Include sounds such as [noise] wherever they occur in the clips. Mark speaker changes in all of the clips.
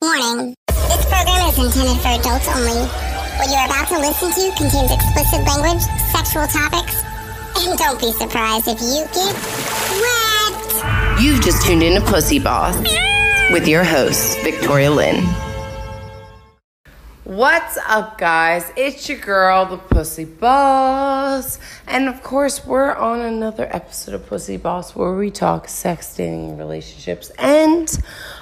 Speaker 1: Warning. This program is intended for adults only. What you are about to listen to contains explicit language, sexual topics, and don't be surprised if you get wet.
Speaker 2: You've just tuned in to Pussy Boss with your host, Victoria Lynn. What's up, guys? It's your girl, the Pussy Boss. And of course, we're on another episode of Pussy Boss where we talk sex, dating, relationships, and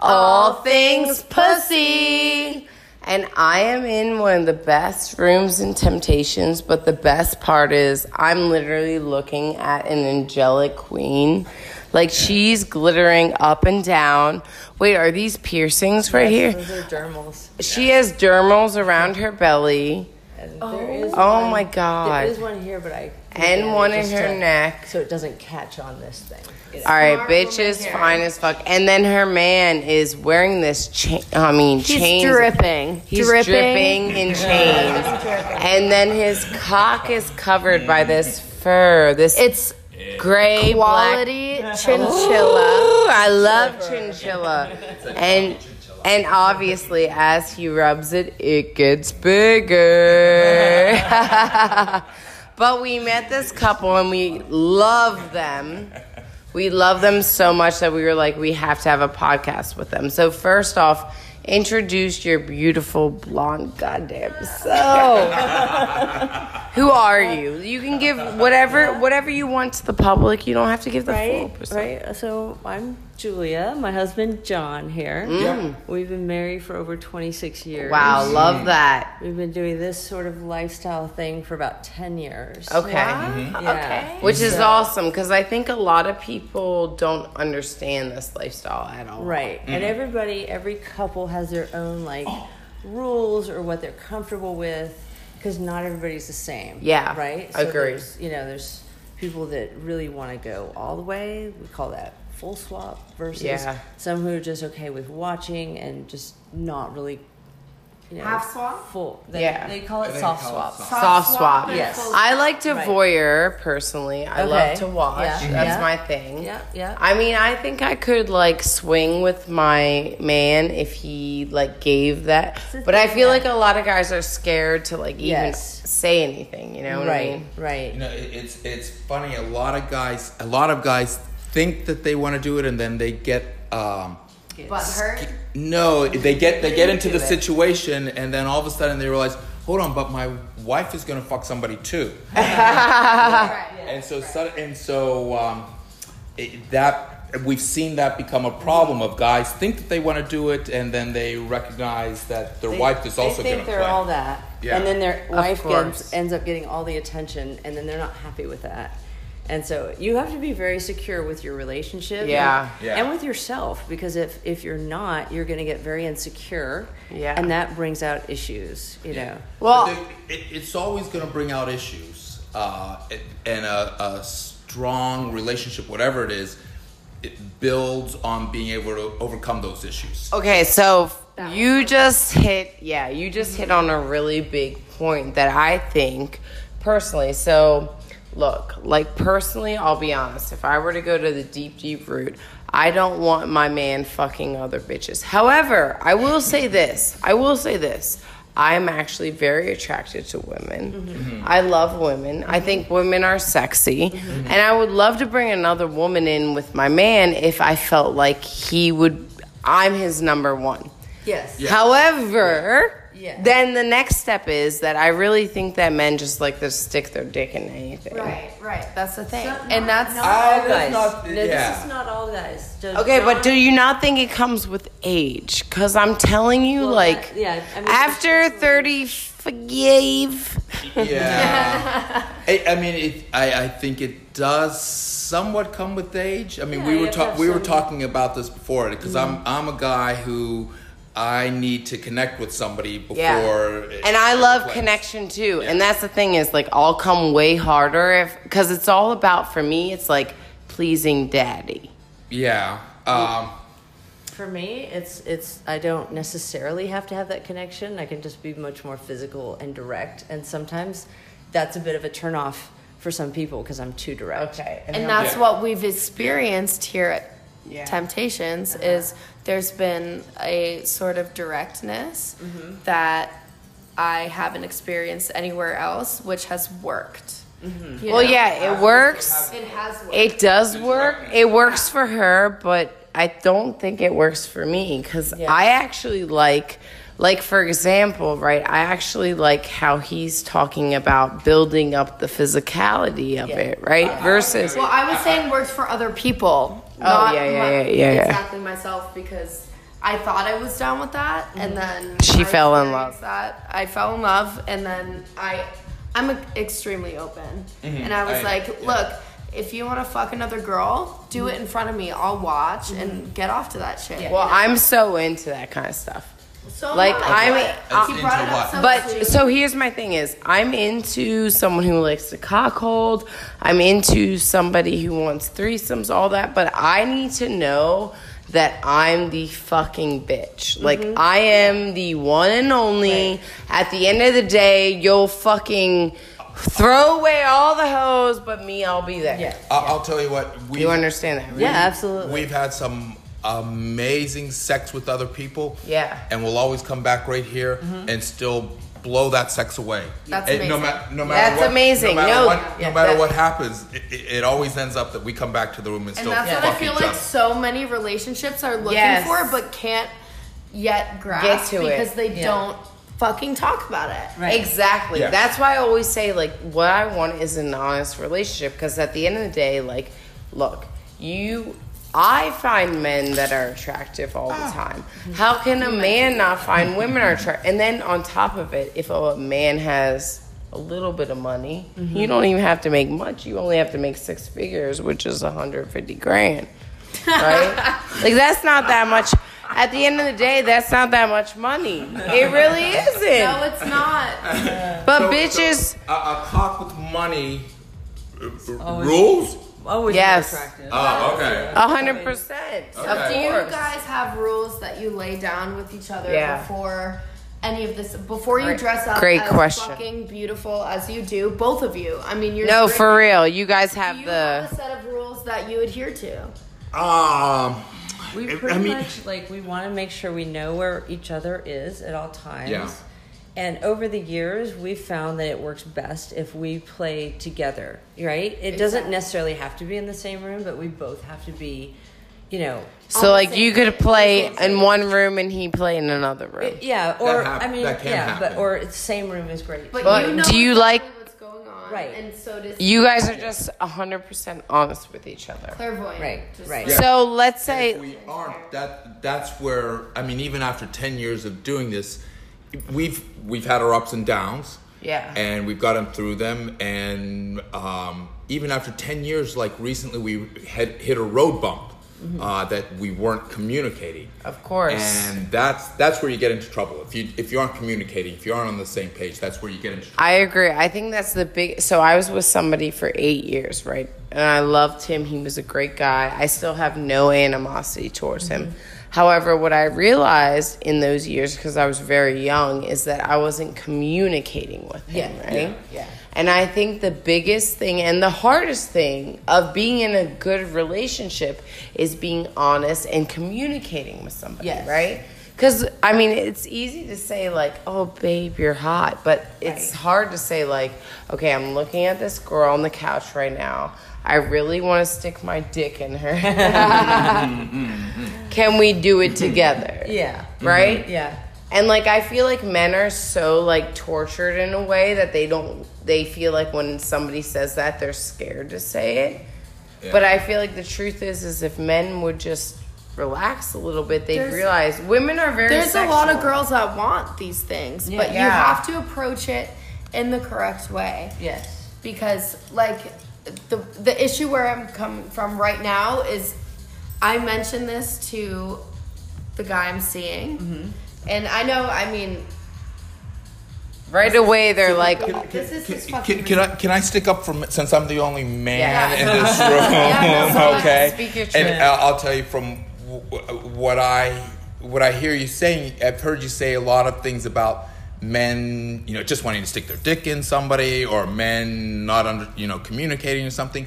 Speaker 2: all things pussy. And I am in one of the best rooms in Temptations, but the best part is I'm literally looking at an angelic queen. Like she's glittering up and down. Wait, are these piercings right here?
Speaker 3: Those are dermals.
Speaker 2: She has dermals around her belly
Speaker 3: And there is
Speaker 2: Oh
Speaker 3: one-
Speaker 2: my God.
Speaker 3: There is one here, but I
Speaker 2: and
Speaker 3: yeah,
Speaker 2: one in
Speaker 3: just
Speaker 2: her
Speaker 3: to-
Speaker 2: neck.
Speaker 3: so it doesn't catch on this thing. It's
Speaker 2: All right, bitch is fine as fuck. And then her man is wearing this chain. I mean,
Speaker 4: He's
Speaker 2: chains.
Speaker 4: dripping.
Speaker 2: He's dripping. in chains. and then his cock is covered by this fur. This
Speaker 4: It's
Speaker 2: gray black
Speaker 4: quality chinchilla.
Speaker 2: Ooh, I love chinchilla. And and obviously as he rubs it, it gets bigger. [laughs] but we met this couple and we love them. We love them so much that we were like we have to have a podcast with them. So first off, introduce your beautiful blonde goddamn
Speaker 3: Oh, [laughs]
Speaker 2: self. Who are you? You can give whatever whatever you want to the public. You don't have to give the full
Speaker 3: Right,
Speaker 2: percent.
Speaker 3: right. So I'm Julia. My husband John here. We've been married for over 26 years.
Speaker 2: Wow,
Speaker 3: Mm-hmm.
Speaker 2: love that.
Speaker 3: We've been doing this sort of lifestyle thing for about 10 years.
Speaker 2: Okay. Mm-hmm.
Speaker 3: Yeah.
Speaker 2: Which is awesome because I think a lot of people don't understand this lifestyle at all.
Speaker 3: Right.
Speaker 2: Mm-hmm.
Speaker 3: And everybody, every couple has their own like rules or what they're comfortable with because not everybody's the same.
Speaker 2: Yeah,
Speaker 3: Right?
Speaker 2: agree.
Speaker 3: there's, You know, there's people that really want to go all the way. We call that full swap versus
Speaker 2: Yeah.
Speaker 3: some who are just okay with watching and just not really. You know,
Speaker 5: Half swap?
Speaker 3: Full. They,
Speaker 2: Yeah.
Speaker 3: they call it soft swap.
Speaker 2: Soft swap.
Speaker 3: Yes.
Speaker 2: I like to
Speaker 3: Right.
Speaker 2: voyeur personally. I love
Speaker 3: Okay.
Speaker 2: to watch.
Speaker 3: Yeah.
Speaker 2: That's
Speaker 3: Yeah.
Speaker 2: my thing.
Speaker 3: Yeah, yeah.
Speaker 2: I mean, I think I could like swing with my man if he like gave that.
Speaker 3: It's a
Speaker 2: But I
Speaker 3: thing,
Speaker 2: feel
Speaker 3: yeah.
Speaker 2: like a lot of guys are scared to like even
Speaker 3: Yes.
Speaker 2: say anything, you know what I
Speaker 3: Right,
Speaker 2: mean?
Speaker 3: right.
Speaker 5: You know, it, it's it's funny. A lot of guys, a lot of guys think that they want to do it, and then they get um, no, they get they get into the situation, and then all of a sudden they realize, hold on, but my wife is gonna fuck somebody
Speaker 3: [laughs]
Speaker 5: too. and so sud and so um, it, that we've seen that become a problem of guys think that they want to do it, and then they recognize that their wife is also
Speaker 3: they
Speaker 5: gonna
Speaker 3: think they're
Speaker 5: play.
Speaker 3: all that,
Speaker 5: Yeah.
Speaker 3: and then their wife
Speaker 2: course.
Speaker 3: gets, ends up getting all the attention, and then they're not happy with that. And so you have to be very secure with your relationship,
Speaker 2: Yeah.
Speaker 3: and,
Speaker 5: Yeah.
Speaker 3: and with yourself, because if if you're not, you're going to get very insecure,
Speaker 2: Yeah.
Speaker 3: and that brings out issues, you know.
Speaker 2: Well,
Speaker 5: But they- it, it's always going to bring out issues, uh, it- and a, a strong relationship, whatever it is, it builds on being able to overcome those issues.
Speaker 2: Okay, so you just hit, yeah, you just hit on a really big point that I think personally. So, look, like personally, I'll be honest. If I were to go to the deep, deep root, I don't want my man fucking other bitches. However, I will say this. I will say this. I'm actually very attracted to women. I love women. I think women are sexy. And I would love to bring another woman in with my man if I felt like he would, I'm his number one.
Speaker 3: Yes.
Speaker 2: However,
Speaker 3: Yeah.
Speaker 2: then the next step is that I really think that men just like to stick their dick in anything.
Speaker 4: Right, right. That's the thing.
Speaker 3: Not-
Speaker 4: and that's
Speaker 3: not
Speaker 5: I-
Speaker 3: all
Speaker 5: that's
Speaker 3: guys.
Speaker 5: not-
Speaker 3: no,
Speaker 5: Uh, yeah.
Speaker 3: This is not all guys. Just
Speaker 2: Okay,
Speaker 3: not-
Speaker 2: but do you not think it comes with age? Because I'm telling you,
Speaker 3: Well,
Speaker 2: like,
Speaker 3: that- yeah, I mean,
Speaker 2: after 30, forgive.
Speaker 5: Yeah, [laughs] I, I mean, it, I, I think it does somewhat come with age. I mean,
Speaker 3: Yeah,
Speaker 5: we
Speaker 3: you
Speaker 5: were
Speaker 3: have to
Speaker 5: ta-
Speaker 3: have
Speaker 5: we were
Speaker 3: some- Mm-hmm.
Speaker 5: talking about this before because I'm I'm a guy who I need to connect with somebody before. it-
Speaker 2: and I love
Speaker 5: plays.
Speaker 2: connection too. And that's the thing is like I'll come way harder if because it's all about for me. It's like pleasing daddy.
Speaker 5: Yeah. Um,
Speaker 3: For me, it's it's I don't necessarily have to have that connection. I can just be much more physical and direct, and sometimes that's a bit of a turnoff for some people because I'm too direct.
Speaker 2: Okay.
Speaker 4: and that's
Speaker 5: Yeah.
Speaker 4: what we've experienced here at
Speaker 2: Yeah.
Speaker 4: temptations is there's been a sort of directness that I haven't experienced anywhere else, which has worked. You
Speaker 2: Well,
Speaker 4: know?
Speaker 2: yeah, it works.
Speaker 4: It has worked.
Speaker 2: It does work. It works for her, but I don't think it works for me because I actually like, like for example, right? I actually like how he's talking about building up the physicality of it, right? Versus,
Speaker 4: Well, I was saying works for other people. not
Speaker 2: Oh, yeah, yeah,
Speaker 4: my-
Speaker 2: yeah, yeah, yeah.
Speaker 4: Exactly myself because I thought I was done with that, and then
Speaker 2: Mm-hmm. She
Speaker 4: I
Speaker 2: fell in
Speaker 4: experienced
Speaker 2: love.
Speaker 4: That I fell in love, and then I, I'm a, extremely open,
Speaker 2: Mm-hmm.
Speaker 4: and I was
Speaker 5: I-
Speaker 4: like, look. If you want to fuck another girl, do it in front of me. I'll watch and get off to that shit.
Speaker 2: Mm-hmm. well, I'm so into that kind of stuff.
Speaker 4: so
Speaker 2: like,
Speaker 4: am
Speaker 2: I mean,
Speaker 4: but
Speaker 5: uh,
Speaker 4: he brought it
Speaker 5: Into what?
Speaker 4: up so soon.
Speaker 2: But so here's my thing is I'm into someone who likes to cockhold. I'm into somebody who wants threesomes, all that, but I need to know that I'm the fucking bitch. Like
Speaker 3: Mm-hmm.
Speaker 2: I am the one and only. At the end of the day, you'll fucking throw away all the hoes, but me, I'll be there.
Speaker 3: Yeah.
Speaker 5: I'll, I'll tell you what. We,
Speaker 2: You understand that, right?
Speaker 3: Yeah, absolutely.
Speaker 5: We've had some amazing sex with other people.
Speaker 2: Yeah. Mm-hmm.
Speaker 5: And we'll always come back right here and still blow that sex away.
Speaker 4: That's
Speaker 5: And No,
Speaker 4: amazing.
Speaker 5: ma- no matter
Speaker 2: That's
Speaker 5: what,
Speaker 2: amazing.
Speaker 5: No matter,
Speaker 2: No,
Speaker 5: what,
Speaker 2: yeah,
Speaker 5: no matter
Speaker 2: that-
Speaker 5: what happens, it, it- it always ends up that we come back to the room and
Speaker 4: And
Speaker 5: still
Speaker 4: that's
Speaker 5: fuck
Speaker 4: what I feel
Speaker 5: each
Speaker 4: like
Speaker 5: other.
Speaker 4: so many relationships are looking
Speaker 2: Yes.
Speaker 4: for, but can't yet grasp
Speaker 2: Get to it.
Speaker 4: because they
Speaker 3: Yeah.
Speaker 4: don't fucking talk about it.
Speaker 3: Right.
Speaker 2: Exactly.
Speaker 5: Yeah.
Speaker 2: That's why I always say like what I want is an honest relationship because at the end of the day, like, look, you I find men that are attractive all
Speaker 4: Ah.
Speaker 2: the time. How can a man not find women are attractive? And then on top of it, if a man has a little bit of money,
Speaker 4: Mm-hmm.
Speaker 2: you don't even have to make much. You only have to make six figures, which is 150 grand
Speaker 4: [laughs]
Speaker 2: right? like that's not that much. At the end of the day, that's not that much money. It really isn't.
Speaker 4: No, it's not.
Speaker 2: but
Speaker 5: So-
Speaker 2: bitches,
Speaker 5: so a, a cock with money uh, rules?
Speaker 3: Always
Speaker 2: Yes.
Speaker 3: yes. attractive.
Speaker 5: Oh, okay.
Speaker 2: a hundred percent. [laughs] Of
Speaker 4: Do you
Speaker 5: Okay.
Speaker 2: course.
Speaker 4: guys have rules that you lay down with each other
Speaker 2: Yeah.
Speaker 4: before any of this? Before you dress up
Speaker 2: great
Speaker 4: as
Speaker 2: question.
Speaker 4: fucking beautiful as you do, both of you. I mean, you're
Speaker 2: No,
Speaker 4: great-
Speaker 2: for real. You guys have
Speaker 4: Do you
Speaker 2: the.
Speaker 4: have a set of rules that you adhere to?
Speaker 2: Uh,
Speaker 5: Um,
Speaker 3: We
Speaker 5: I
Speaker 3: pretty
Speaker 5: mean-
Speaker 3: much like we want to make sure we know where each other is at all times.
Speaker 5: Yeah.
Speaker 3: And over the years, we've found that it works best if we play together, right? It doesn't necessarily have to be in the same room, but we both have to be, you know,
Speaker 2: So like you could play in one room and he play in another room.
Speaker 3: yeah, or
Speaker 5: hap-
Speaker 3: I mean,
Speaker 5: that can
Speaker 3: yeah,
Speaker 5: happen.
Speaker 3: but or it's same room is great.
Speaker 4: But,
Speaker 2: But
Speaker 4: you know
Speaker 2: do you
Speaker 4: exactly
Speaker 2: like-
Speaker 4: what's going on,
Speaker 3: Right.
Speaker 4: And so does
Speaker 2: You guys are just a hundred percent honest with each other.
Speaker 4: clairvoyant,
Speaker 3: Right,
Speaker 4: Just
Speaker 3: right.
Speaker 4: like-
Speaker 2: So let's
Speaker 5: if
Speaker 2: say
Speaker 5: we aren't that that's where i mean even after 10 years of doing this we've we've had our ups and downs
Speaker 2: Yeah.
Speaker 5: and we've gotten through them and um, even after 10 years like recently we had hit a road bump uh, that we weren't communicating
Speaker 2: Mm-hmm. Of course.
Speaker 5: and that's that's where you get into trouble if you if you aren't communicating if you aren't on the same page that's where you get into trouble
Speaker 2: I agree. I think that's the big. So I was with somebody for eight years, right? And I loved him. He was a great guy. I still have no animosity towards him. However, what I realized in those years, because I was very young, is that I wasn't communicating with him,
Speaker 3: Yeah.
Speaker 2: right? Yeah. And I think the biggest thing and the hardest thing of being in a good relationship is being honest and communicating with somebody,
Speaker 3: Yes.
Speaker 2: right? Because, I mean, it's easy to say, like, oh, babe, you're hot. But it's hard to say, like, okay, I'm looking at this girl on the couch right now. I really want to stick my dick in her. [laughs] Can we do it together?
Speaker 3: yeah,
Speaker 2: Right?
Speaker 3: yeah.
Speaker 2: And like I feel like men are so like tortured in a way that they don't they feel like when somebody says that they're scared to say it. But I feel like the truth is is if men would just relax a little bit, they'd
Speaker 4: There's-
Speaker 2: realize women are very
Speaker 4: There's a lot of
Speaker 2: sexual.
Speaker 4: girls that want these things, but you
Speaker 2: Yeah.
Speaker 4: have to approach it in the correct way.
Speaker 3: Yes.
Speaker 4: Because like the the issue where I'm coming from right now is I mentioned this to the guy I'm seeing. And I know, I mean,
Speaker 2: right away they're like
Speaker 4: [laughs] this is
Speaker 5: can,
Speaker 4: just fucking
Speaker 5: can, can I can I stick up for mi- since I'm the only man
Speaker 2: Yeah.
Speaker 5: in this room?
Speaker 4: Yeah, no,
Speaker 5: okay,
Speaker 2: speak your truth.
Speaker 5: and I'll, I'll tell you from w- w- what I what I hear you saying. I've heard you say a lot of things about men, you know, just wanting to stick their dick in somebody, or men not under, you know, communicating or something.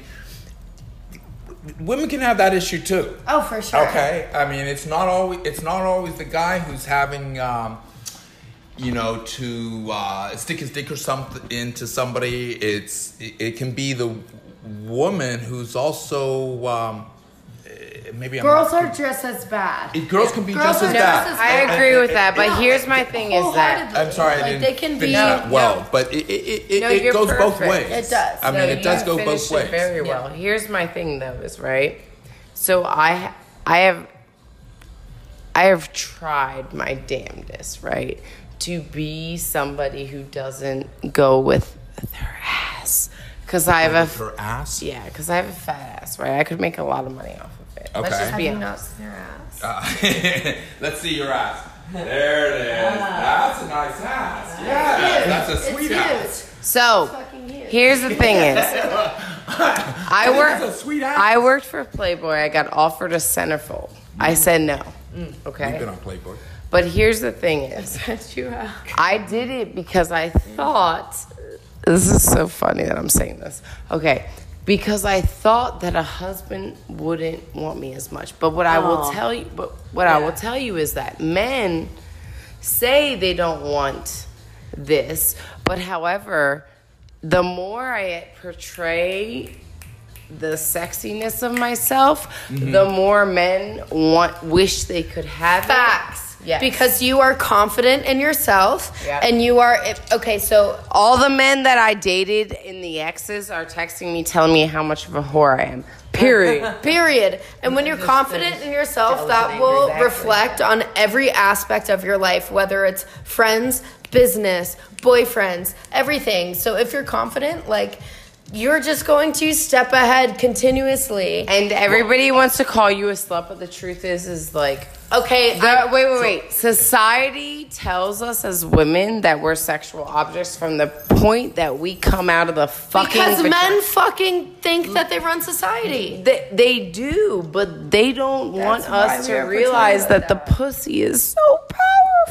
Speaker 5: women can have that issue too.
Speaker 4: Oh, for sure.
Speaker 5: Okay, I mean it's not always it's not always the guy who's having um, you know to uh, stick his dick or something into somebody. It's it, it can be the woman who's also um, eh, maybe
Speaker 4: Girls
Speaker 5: I'm
Speaker 4: are
Speaker 5: not,
Speaker 4: just as bad.
Speaker 5: girls can be
Speaker 4: Girls
Speaker 5: just
Speaker 4: are
Speaker 5: as
Speaker 4: just
Speaker 5: bad.
Speaker 4: as
Speaker 2: I
Speaker 4: No,
Speaker 2: agree with that, but
Speaker 4: no,
Speaker 2: here's my thing is that
Speaker 5: I'm sorry, I
Speaker 4: Like,
Speaker 5: didn't
Speaker 4: they can
Speaker 5: finish
Speaker 4: be
Speaker 5: that
Speaker 4: no.
Speaker 5: well, but it it, it,
Speaker 2: No,
Speaker 5: it
Speaker 2: you're
Speaker 5: goes both
Speaker 2: perfect.
Speaker 5: ways.
Speaker 4: It does.
Speaker 5: I mean,
Speaker 4: No,
Speaker 5: it does
Speaker 2: you
Speaker 5: go both
Speaker 2: finished
Speaker 5: ways.
Speaker 2: it Very well. Here's my thing though is right. So I I have I have tried my damnedest, right, to be somebody who doesn't go with their ass because I have a
Speaker 5: Her ass.
Speaker 2: yeah because I have a fat ass, right? I could make a lot of money off of it. Let's
Speaker 5: Okay.
Speaker 2: just
Speaker 4: Have
Speaker 2: be
Speaker 4: you
Speaker 2: honest.
Speaker 4: not seen their ass?
Speaker 5: Uh, [laughs] let's see your ass. There it is.
Speaker 2: Ah.
Speaker 5: That's a nice ass. Yeah, that's a sweet ass.
Speaker 4: It's huge.
Speaker 2: So
Speaker 4: fucking huge.
Speaker 2: here's the thing
Speaker 5: [laughs]
Speaker 2: is I worked
Speaker 5: That's a sweet ass.
Speaker 2: I worked for Playboy. I got offered a centerfold. I
Speaker 5: Mm.
Speaker 2: said no.
Speaker 5: You've been
Speaker 2: Okay.
Speaker 5: on Playboy.
Speaker 2: But here's the thing is
Speaker 4: That's you out.
Speaker 2: I did it because I thought this is so funny that I'm saying this. Okay. Because I thought that a husband wouldn't want me as much. But what I will
Speaker 4: Oh.
Speaker 3: Aw.
Speaker 2: tell you but what I will tell you is that men say they don't want this, but however, the more I portray the sexiness of myself, the more men want wish they could have it.
Speaker 4: Facts.
Speaker 2: Yes.
Speaker 4: Because you are confident in yourself
Speaker 2: Yeah.
Speaker 4: and you are if, okay, so
Speaker 2: All the men that I dated in the exes are texting me, telling me how much of a whore I am. Period.
Speaker 4: period. And when you're confident in yourself, that will
Speaker 2: Exactly.
Speaker 4: reflect on every aspect of your life, whether it's friends, business, boyfriends, everything. So if you're confident, like you're just going to step ahead continuously.
Speaker 2: [laughs] and everybody wants to call you a slut, but the truth is, is like,
Speaker 4: Okay,
Speaker 2: the-
Speaker 4: I-
Speaker 2: wait, wait, wait. Society tells us as women that we're sexual objects from the point that we come out of the fucking.
Speaker 4: because
Speaker 2: vagina.
Speaker 4: men fucking think that they run society.
Speaker 2: They, they do, but they don't want
Speaker 4: why
Speaker 2: us
Speaker 4: we
Speaker 2: to
Speaker 4: are
Speaker 2: realize that, the pussy is so powerful.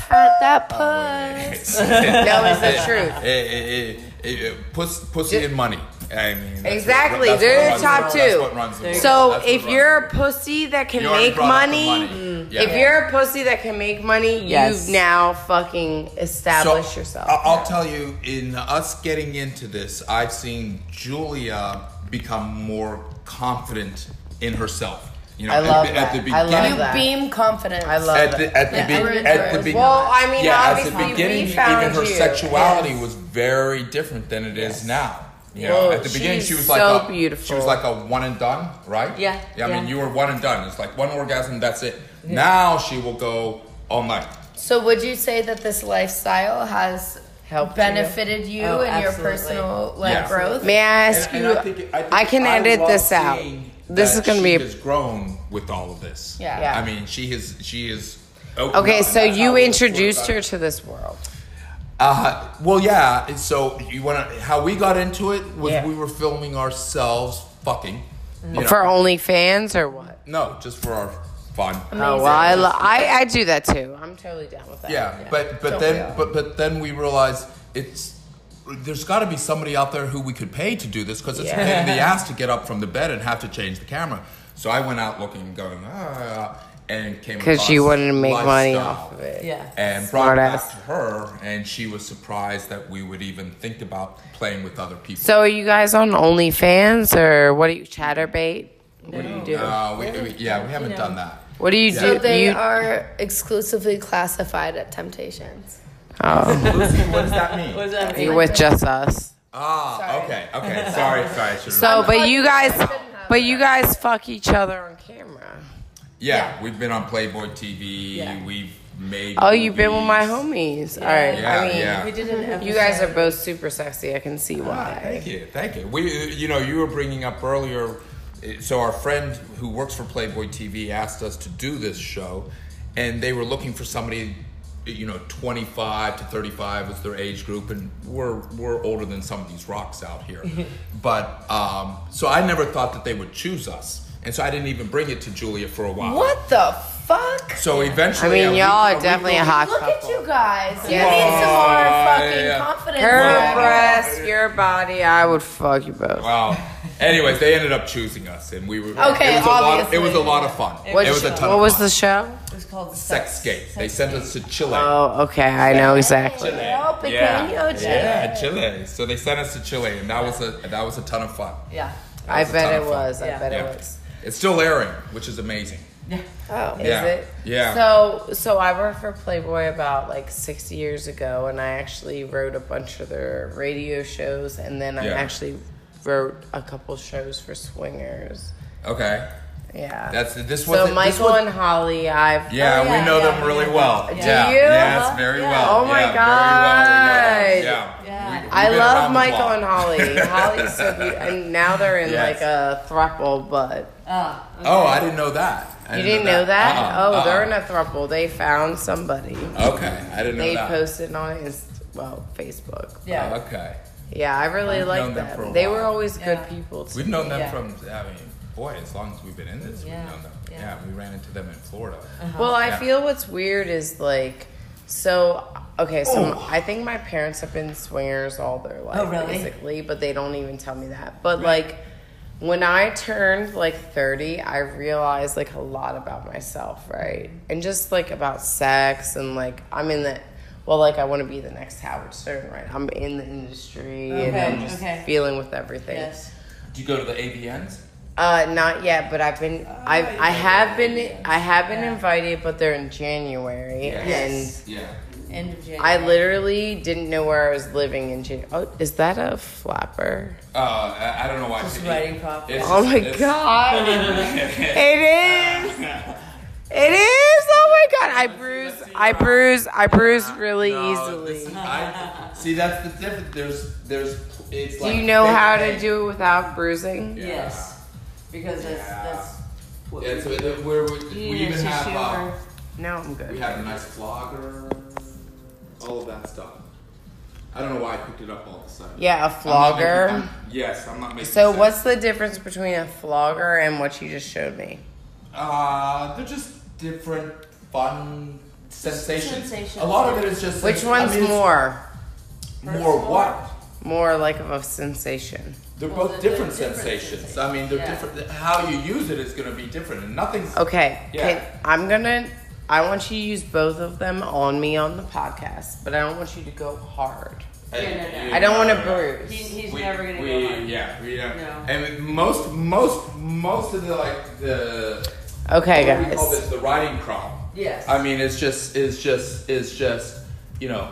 Speaker 4: Pat that puss.
Speaker 5: [laughs]
Speaker 2: No, it's the truth.
Speaker 5: Eh, eh, eh, eh, eh, puss- pussy and money. I mean, that's what-
Speaker 2: Exactly.
Speaker 5: that's
Speaker 2: They're
Speaker 5: what
Speaker 2: the
Speaker 5: runs
Speaker 2: top two.
Speaker 5: the- That's what runs the world.
Speaker 2: So
Speaker 5: That's what
Speaker 2: if
Speaker 5: runs
Speaker 2: you're
Speaker 5: the
Speaker 2: a pussy that can
Speaker 5: You already
Speaker 2: make
Speaker 5: brought up the
Speaker 2: money,
Speaker 5: money. Mm. Yeah.
Speaker 2: if you're a pussy that can make money,
Speaker 3: Yes.
Speaker 2: you've now fucking established
Speaker 5: So, uh,
Speaker 2: yourself.
Speaker 5: I- I'll tell you, in us getting into this, I've seen Julia become more confident in herself. You know,
Speaker 2: I
Speaker 5: at
Speaker 2: love
Speaker 5: the, at the
Speaker 2: that. I love
Speaker 5: beginning,
Speaker 4: You
Speaker 2: that.
Speaker 4: beam confidence.
Speaker 2: I love
Speaker 5: at
Speaker 2: that.
Speaker 5: the at the,
Speaker 4: Uh, Yeah,
Speaker 5: be-
Speaker 4: I really
Speaker 5: at the
Speaker 4: do.
Speaker 5: be-
Speaker 2: Well, I mean,
Speaker 5: yeah, at
Speaker 2: obviously,
Speaker 5: the
Speaker 2: we
Speaker 5: beginning, even
Speaker 2: found
Speaker 5: her
Speaker 2: you.
Speaker 5: sexuality
Speaker 2: Yes.
Speaker 5: was very different than it is now. You know,
Speaker 2: Whoa,
Speaker 5: at the beginning, she
Speaker 2: she's
Speaker 5: was like
Speaker 2: so
Speaker 5: a, She
Speaker 2: beautiful.
Speaker 5: was like a one and done, right?
Speaker 3: Yeah,
Speaker 5: yeah. I mean,
Speaker 3: yeah.
Speaker 5: you were one and done. It's like one orgasm, that's it. Now she will go all night.
Speaker 4: So would you say that this lifestyle has
Speaker 2: Helped
Speaker 4: benefited you
Speaker 3: Oh,
Speaker 4: in your
Speaker 3: absolutely.
Speaker 4: personal like
Speaker 5: Yeah.
Speaker 4: growth?
Speaker 2: May I ask
Speaker 5: And-
Speaker 2: you?
Speaker 5: and
Speaker 2: I,
Speaker 5: think- think
Speaker 2: can
Speaker 5: I
Speaker 2: edit
Speaker 5: love
Speaker 2: this out.
Speaker 5: seeing
Speaker 2: This is
Speaker 5: that
Speaker 2: going to be.
Speaker 5: She has grown with all of this.
Speaker 4: Yeah.
Speaker 2: Yeah.
Speaker 5: I mean, she has. She is. opened up,
Speaker 2: okay,
Speaker 5: and
Speaker 2: so
Speaker 5: that's how
Speaker 2: you
Speaker 5: we were
Speaker 2: introduced
Speaker 5: about
Speaker 2: her
Speaker 5: it.
Speaker 2: to this world.
Speaker 5: Uh, well, yeah. and So you want to? How we got into it was
Speaker 2: Yeah.
Speaker 5: we were filming ourselves fucking.
Speaker 4: Mm-hmm.
Speaker 5: you know.
Speaker 2: For OnlyFans or what?
Speaker 5: no, just for our fun.
Speaker 2: Oh, well, I, lo- I, I do that too. I'm totally down with that.
Speaker 5: Yeah, but
Speaker 4: Don't
Speaker 5: but
Speaker 4: we all?
Speaker 5: then but but then we realized it's there's got to be somebody out there who we could pay to do this because it's a pain in the ass to get up from the bed and have to change the camera. So I went out looking, going ah, and came
Speaker 2: Because
Speaker 5: across
Speaker 2: you wanted to make money
Speaker 5: lifestyle
Speaker 2: off of it.
Speaker 3: Yeah.
Speaker 5: and brought it
Speaker 2: Smartass.
Speaker 5: back to her, and she was surprised that we would even think about playing with other people.
Speaker 2: So are you guys on OnlyFans or what do you chatterbait? What do you do?
Speaker 5: Uh, we, we- yeah, we haven't done that.
Speaker 2: What do you do?
Speaker 4: So they uh,
Speaker 2: you,
Speaker 4: are exclusively classified at Temptations.
Speaker 2: oh,
Speaker 5: Lucy, what does
Speaker 2: [laughs]
Speaker 5: that mean?
Speaker 2: you with just us.
Speaker 5: Ah,
Speaker 4: Sorry.
Speaker 5: [laughs] okay, okay. Sorry, sorry. I should've-
Speaker 2: So, but you guys,
Speaker 4: I shouldn't have
Speaker 2: but you guys fuck each other on camera.
Speaker 5: yeah, we've been on Playboy TV. We've made.
Speaker 2: Oh, you've been with my
Speaker 5: movies.
Speaker 2: homies. All right.
Speaker 5: Yeah,
Speaker 2: I mean,
Speaker 5: yeah.
Speaker 3: We did an episode.
Speaker 2: you guys are both super sexy. I can see why.
Speaker 5: Thank you, thank you. We, you know, you were bringing up earlier. eh, So our friend who works for Playboy TV asked us to do this show, and they were looking for somebody, you know, 25 to 35 was their age group, and we're we're older than some of these rocks out here.
Speaker 2: [laughs]
Speaker 5: but um, so I never thought that they would choose us, and so I didn't even bring it to Julia for a while.
Speaker 4: What the fuck?
Speaker 5: So
Speaker 2: I
Speaker 5: eventually,
Speaker 2: mean,
Speaker 5: a week-
Speaker 2: y'all
Speaker 5: a
Speaker 2: are
Speaker 5: week
Speaker 2: definitely a
Speaker 5: ago-
Speaker 2: hot
Speaker 4: Look at you
Speaker 2: couple.
Speaker 4: guys. You
Speaker 2: Yeah.
Speaker 4: need some more
Speaker 5: Yeah.
Speaker 4: fucking confidence.
Speaker 2: Her
Speaker 4: back.
Speaker 2: breast, your body. I would fuck you both.
Speaker 5: [laughs] Wow. Anyways, they ended up choosing us, and we were
Speaker 4: Okay,
Speaker 5: It was a lot.
Speaker 4: obviously.
Speaker 5: It was a lot of fun.
Speaker 2: What,
Speaker 5: it was a ton.
Speaker 2: what
Speaker 5: of
Speaker 2: was
Speaker 5: fun.
Speaker 2: the show?
Speaker 3: It was called
Speaker 5: sex gate? They sent us to Chile.
Speaker 2: Oh, okay, I know exactly.
Speaker 5: Chile.
Speaker 4: Oh, pequeño Chile.
Speaker 5: yeah, Chile. So they sent us to Chile, and that was a that was a ton of fun.
Speaker 3: Yeah.
Speaker 5: That
Speaker 2: I
Speaker 5: a
Speaker 2: bet
Speaker 5: ton
Speaker 2: it
Speaker 5: of fun.
Speaker 2: was. I
Speaker 3: Yeah.
Speaker 2: bet
Speaker 5: Yeah.
Speaker 2: it was.
Speaker 5: It's still airing, which is amazing.
Speaker 2: Oh, is
Speaker 5: Yeah.
Speaker 2: it?
Speaker 5: Yeah.
Speaker 2: So, so I worked for Playboy about like six years ago, and I actually wrote a bunch of their radio shows, and then I
Speaker 5: Yeah.
Speaker 2: actually wrote a couple shows for swingers.
Speaker 5: Okay,
Speaker 2: Oh, Yeah.
Speaker 5: that's this was
Speaker 2: so Michael and Holly, I've
Speaker 5: Yeah,
Speaker 3: Oh, yeah,
Speaker 5: we know
Speaker 3: yeah,
Speaker 5: them
Speaker 3: yeah,
Speaker 5: really
Speaker 3: yeah.
Speaker 5: well.
Speaker 3: Do
Speaker 5: yeah.
Speaker 2: you?
Speaker 5: Yes, very
Speaker 3: Yeah.
Speaker 5: well.
Speaker 2: Oh my
Speaker 5: yeah, Very well. We know
Speaker 2: God.
Speaker 5: them.
Speaker 3: Yeah.
Speaker 5: Yeah. We- we've
Speaker 2: I
Speaker 5: been
Speaker 2: love
Speaker 5: around the
Speaker 2: Michael
Speaker 5: block.
Speaker 2: and
Speaker 5: [laughs]
Speaker 2: Holly. Holly's so beautiful, and now they're in
Speaker 5: Yes.
Speaker 2: like a throuple, but
Speaker 3: Ah, okay.
Speaker 5: Oh, I didn't know that. I
Speaker 2: you didn't know that?
Speaker 5: Uh-uh,
Speaker 2: oh,
Speaker 5: uh-uh.
Speaker 2: they're in a throuple. They found somebody.
Speaker 5: Okay, I didn't know
Speaker 2: They
Speaker 5: that.
Speaker 2: posted on Inst- well, Facebook.
Speaker 3: yeah.
Speaker 5: Okay.
Speaker 2: Yeah, I really
Speaker 5: I've
Speaker 2: like
Speaker 5: known them for
Speaker 2: them.
Speaker 5: a
Speaker 2: They
Speaker 5: while.
Speaker 2: were always good
Speaker 3: Yeah.
Speaker 2: people. To
Speaker 5: We've known them
Speaker 3: Yeah.
Speaker 5: from, I mean, boy, as long as we've been in this,
Speaker 3: Yeah,
Speaker 5: we've known them.
Speaker 3: yeah.
Speaker 5: Yeah. we ran into them in Florida.
Speaker 2: Well, I
Speaker 5: Yeah.
Speaker 2: feel what's weird is like, so okay, so
Speaker 5: Oh.
Speaker 2: I think my parents have been swingers all their life,
Speaker 3: Oh, really?
Speaker 2: basically, but they don't even tell me that. But like, when I turned like thirty, I realized like a lot about myself, right, and just like about sex and like I'm in the. Well, like I want to be the next Howard Stern, right? I'm in the industry and I'm
Speaker 3: Okay,
Speaker 2: just
Speaker 3: okay.
Speaker 2: feeling with everything.
Speaker 3: Yes.
Speaker 5: Do you go to the ABNs?
Speaker 2: Uh, not yet, but I've been, I've, I have been, I have been invited, but they're in January,
Speaker 3: Yes.
Speaker 5: Yeah.
Speaker 3: End of January.
Speaker 2: and I literally didn't know where I was living in January. Oh, is that a flapper?
Speaker 5: Uh, I, I don't know why.
Speaker 3: Just
Speaker 5: it-
Speaker 3: writing proper.
Speaker 5: it's
Speaker 2: Oh
Speaker 5: just-
Speaker 2: my
Speaker 5: it's- [laughs]
Speaker 2: god, it is, it is. Oh my god, I bruise, I bruise, I bruise really
Speaker 5: No,
Speaker 2: easily.
Speaker 5: this is- I, see, that's the difference. There's, there's, it's
Speaker 2: Do
Speaker 5: like
Speaker 2: you know
Speaker 5: thick
Speaker 2: how to
Speaker 5: hang-
Speaker 2: do it without bruising?
Speaker 5: Yeah.
Speaker 3: Yes. Because that's that's what
Speaker 5: Yeah, so
Speaker 3: we,
Speaker 5: it- we're, we
Speaker 3: do you need
Speaker 5: we
Speaker 3: a
Speaker 5: even have,
Speaker 3: tissue
Speaker 5: uh,
Speaker 3: or-
Speaker 2: No, I'm
Speaker 5: we
Speaker 2: good.
Speaker 5: have a nice flogger, all of that stuff. I don't know why I picked it up all of a sudden.
Speaker 2: Yeah, a
Speaker 5: I'm not making-
Speaker 2: flogger.
Speaker 5: I'm- yes, I'm not making.
Speaker 2: So
Speaker 5: sense.
Speaker 2: what's the difference between a flogger and what you just showed me?
Speaker 5: Uh, they're just different fun sensations.
Speaker 3: sensations,
Speaker 5: A lot of it is just.
Speaker 2: Which
Speaker 5: sens- I
Speaker 2: one's
Speaker 5: mean, it's
Speaker 2: more?
Speaker 5: More what?
Speaker 2: More like of a sensation.
Speaker 5: They're
Speaker 3: Well,
Speaker 5: both
Speaker 3: they're-
Speaker 5: different
Speaker 3: they're different
Speaker 5: sensations.
Speaker 3: sensations.
Speaker 5: I mean, they're
Speaker 3: Yeah.
Speaker 5: different. How you use it is going to be different, and nothing's.
Speaker 2: Okay.
Speaker 5: Yeah.
Speaker 2: Can, I'm gonna. I want you to use both of them on me on the podcast, but I don't want you to go hard.
Speaker 3: Yeah, no, no.
Speaker 2: I don't want to
Speaker 5: brew.
Speaker 3: He,
Speaker 2: bruise.
Speaker 3: he's never gonna go on.
Speaker 5: Yeah, we don't.
Speaker 3: No.
Speaker 5: And most, most, most of the like the
Speaker 2: Okay,
Speaker 5: what do we call
Speaker 2: guys.
Speaker 5: this the riding crop.
Speaker 3: Yes.
Speaker 5: I mean, it's just, it's just, it's just, you know.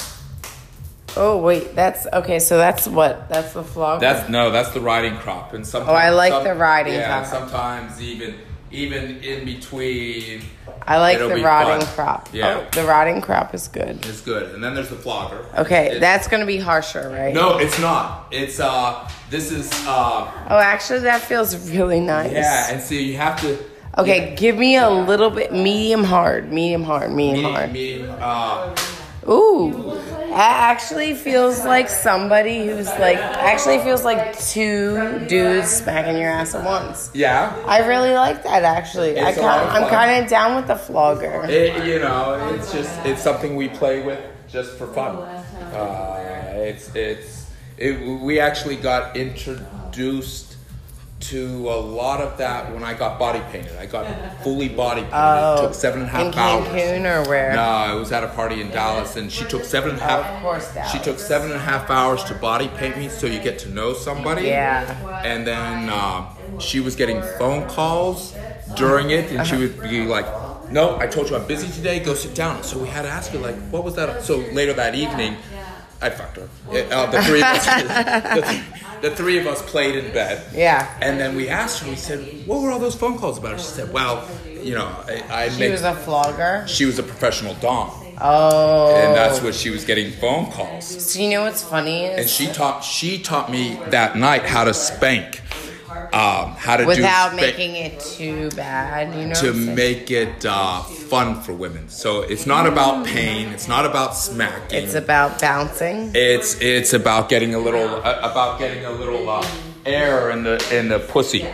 Speaker 2: Oh wait, that's okay. So that's what. That's the flogger.
Speaker 5: That's no, that's the riding crop, and sometimes.
Speaker 2: Oh, I like the riding
Speaker 5: yeah,
Speaker 2: crop.
Speaker 5: and sometimes even, even in between
Speaker 2: I like
Speaker 5: it'll
Speaker 2: the
Speaker 5: be
Speaker 2: rotting
Speaker 5: fun.
Speaker 2: crop.
Speaker 5: Yeah.
Speaker 2: Oh, the rotting crop is good.
Speaker 5: is good, and then there's the flogger.
Speaker 2: Okay,
Speaker 5: It-
Speaker 2: that's gonna be harsher, right?
Speaker 5: No, it's not. It's uh, this is uh,
Speaker 2: Oh, actually, that feels really nice.
Speaker 5: yeah, and so you have to.
Speaker 2: Okay, give me a little bit medium hard, medium hard, medium hard.
Speaker 5: Medium, medium, uh,
Speaker 2: Ooh, that actually feels like somebody who's like actually feels like two dudes smacking your ass at once.
Speaker 5: yeah.
Speaker 2: I really like that actually. I
Speaker 5: It's a lot
Speaker 2: kind
Speaker 5: of
Speaker 2: I'm
Speaker 5: fun.
Speaker 2: kind of down with the flogger.
Speaker 5: It, you know, it's just it's something we play with just for fun. Uh, it's it's it, we actually got introduced to a lot of that when I got body painted. I got fully body painted.
Speaker 2: Oh,
Speaker 5: it took seven and a half
Speaker 2: In
Speaker 5: hours.
Speaker 2: Cancun or where?
Speaker 5: No, I was at a party in Dallas, and she took seven and a
Speaker 2: Oh, Of
Speaker 5: half.
Speaker 2: course,
Speaker 5: She
Speaker 2: Dallas.
Speaker 5: took seven and a half hours to body paint me, so you get to know somebody.
Speaker 2: Yeah.
Speaker 5: And then um, she was getting phone calls during it, and
Speaker 2: Uh-huh.
Speaker 5: she would be like, "No, I told you I'm busy today. Go sit down." So we had to ask her, like, "What was that?" So later that evening, I fucked her. Uh, the three of us, [laughs] the, th- the three of us played in bed.
Speaker 2: Yeah.
Speaker 5: And then we asked her. We said, "What were all those phone calls about?" She said, "Well, you know, I, I
Speaker 2: She
Speaker 5: make."
Speaker 2: was a flogger.
Speaker 5: she was a professional dom
Speaker 2: Oh.
Speaker 5: and that's what she was getting phone calls.
Speaker 2: So you know what's funny
Speaker 5: And
Speaker 2: is
Speaker 5: she taught she taught me that night how to spank, um, how to
Speaker 2: without
Speaker 5: do spank-
Speaker 2: making it too bad. You know. what
Speaker 5: to
Speaker 2: I'm saying?
Speaker 5: make it uh, fun for women. So it's not about pain. It's not about smacking.
Speaker 2: It's about bouncing.
Speaker 5: it's it's about getting a little uh, about getting a little uh, air in the in the pussy,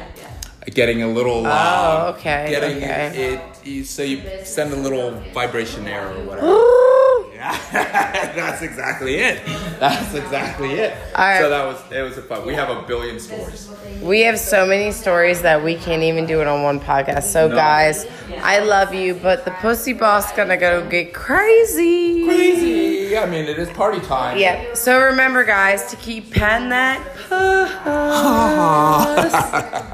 Speaker 5: getting a little. uh,
Speaker 2: Oh, okay,
Speaker 5: Getting
Speaker 2: okay.
Speaker 5: it, you- so you send a little vibration air or whatever. Yeah, [laughs] that's exactly it. That's exactly it.
Speaker 2: All right.
Speaker 5: So that was it was a fun. We have a billion stories.
Speaker 2: We have so many stories that we can't even do it on one podcast. So,
Speaker 5: No.
Speaker 2: guys, I love you, but the pussy boss gonna go get crazy.
Speaker 5: Crazy. I mean, it is party time.
Speaker 2: Yeah. [laughs]
Speaker 5: [laughs]
Speaker 2: So remember, guys, to keep pen that puss.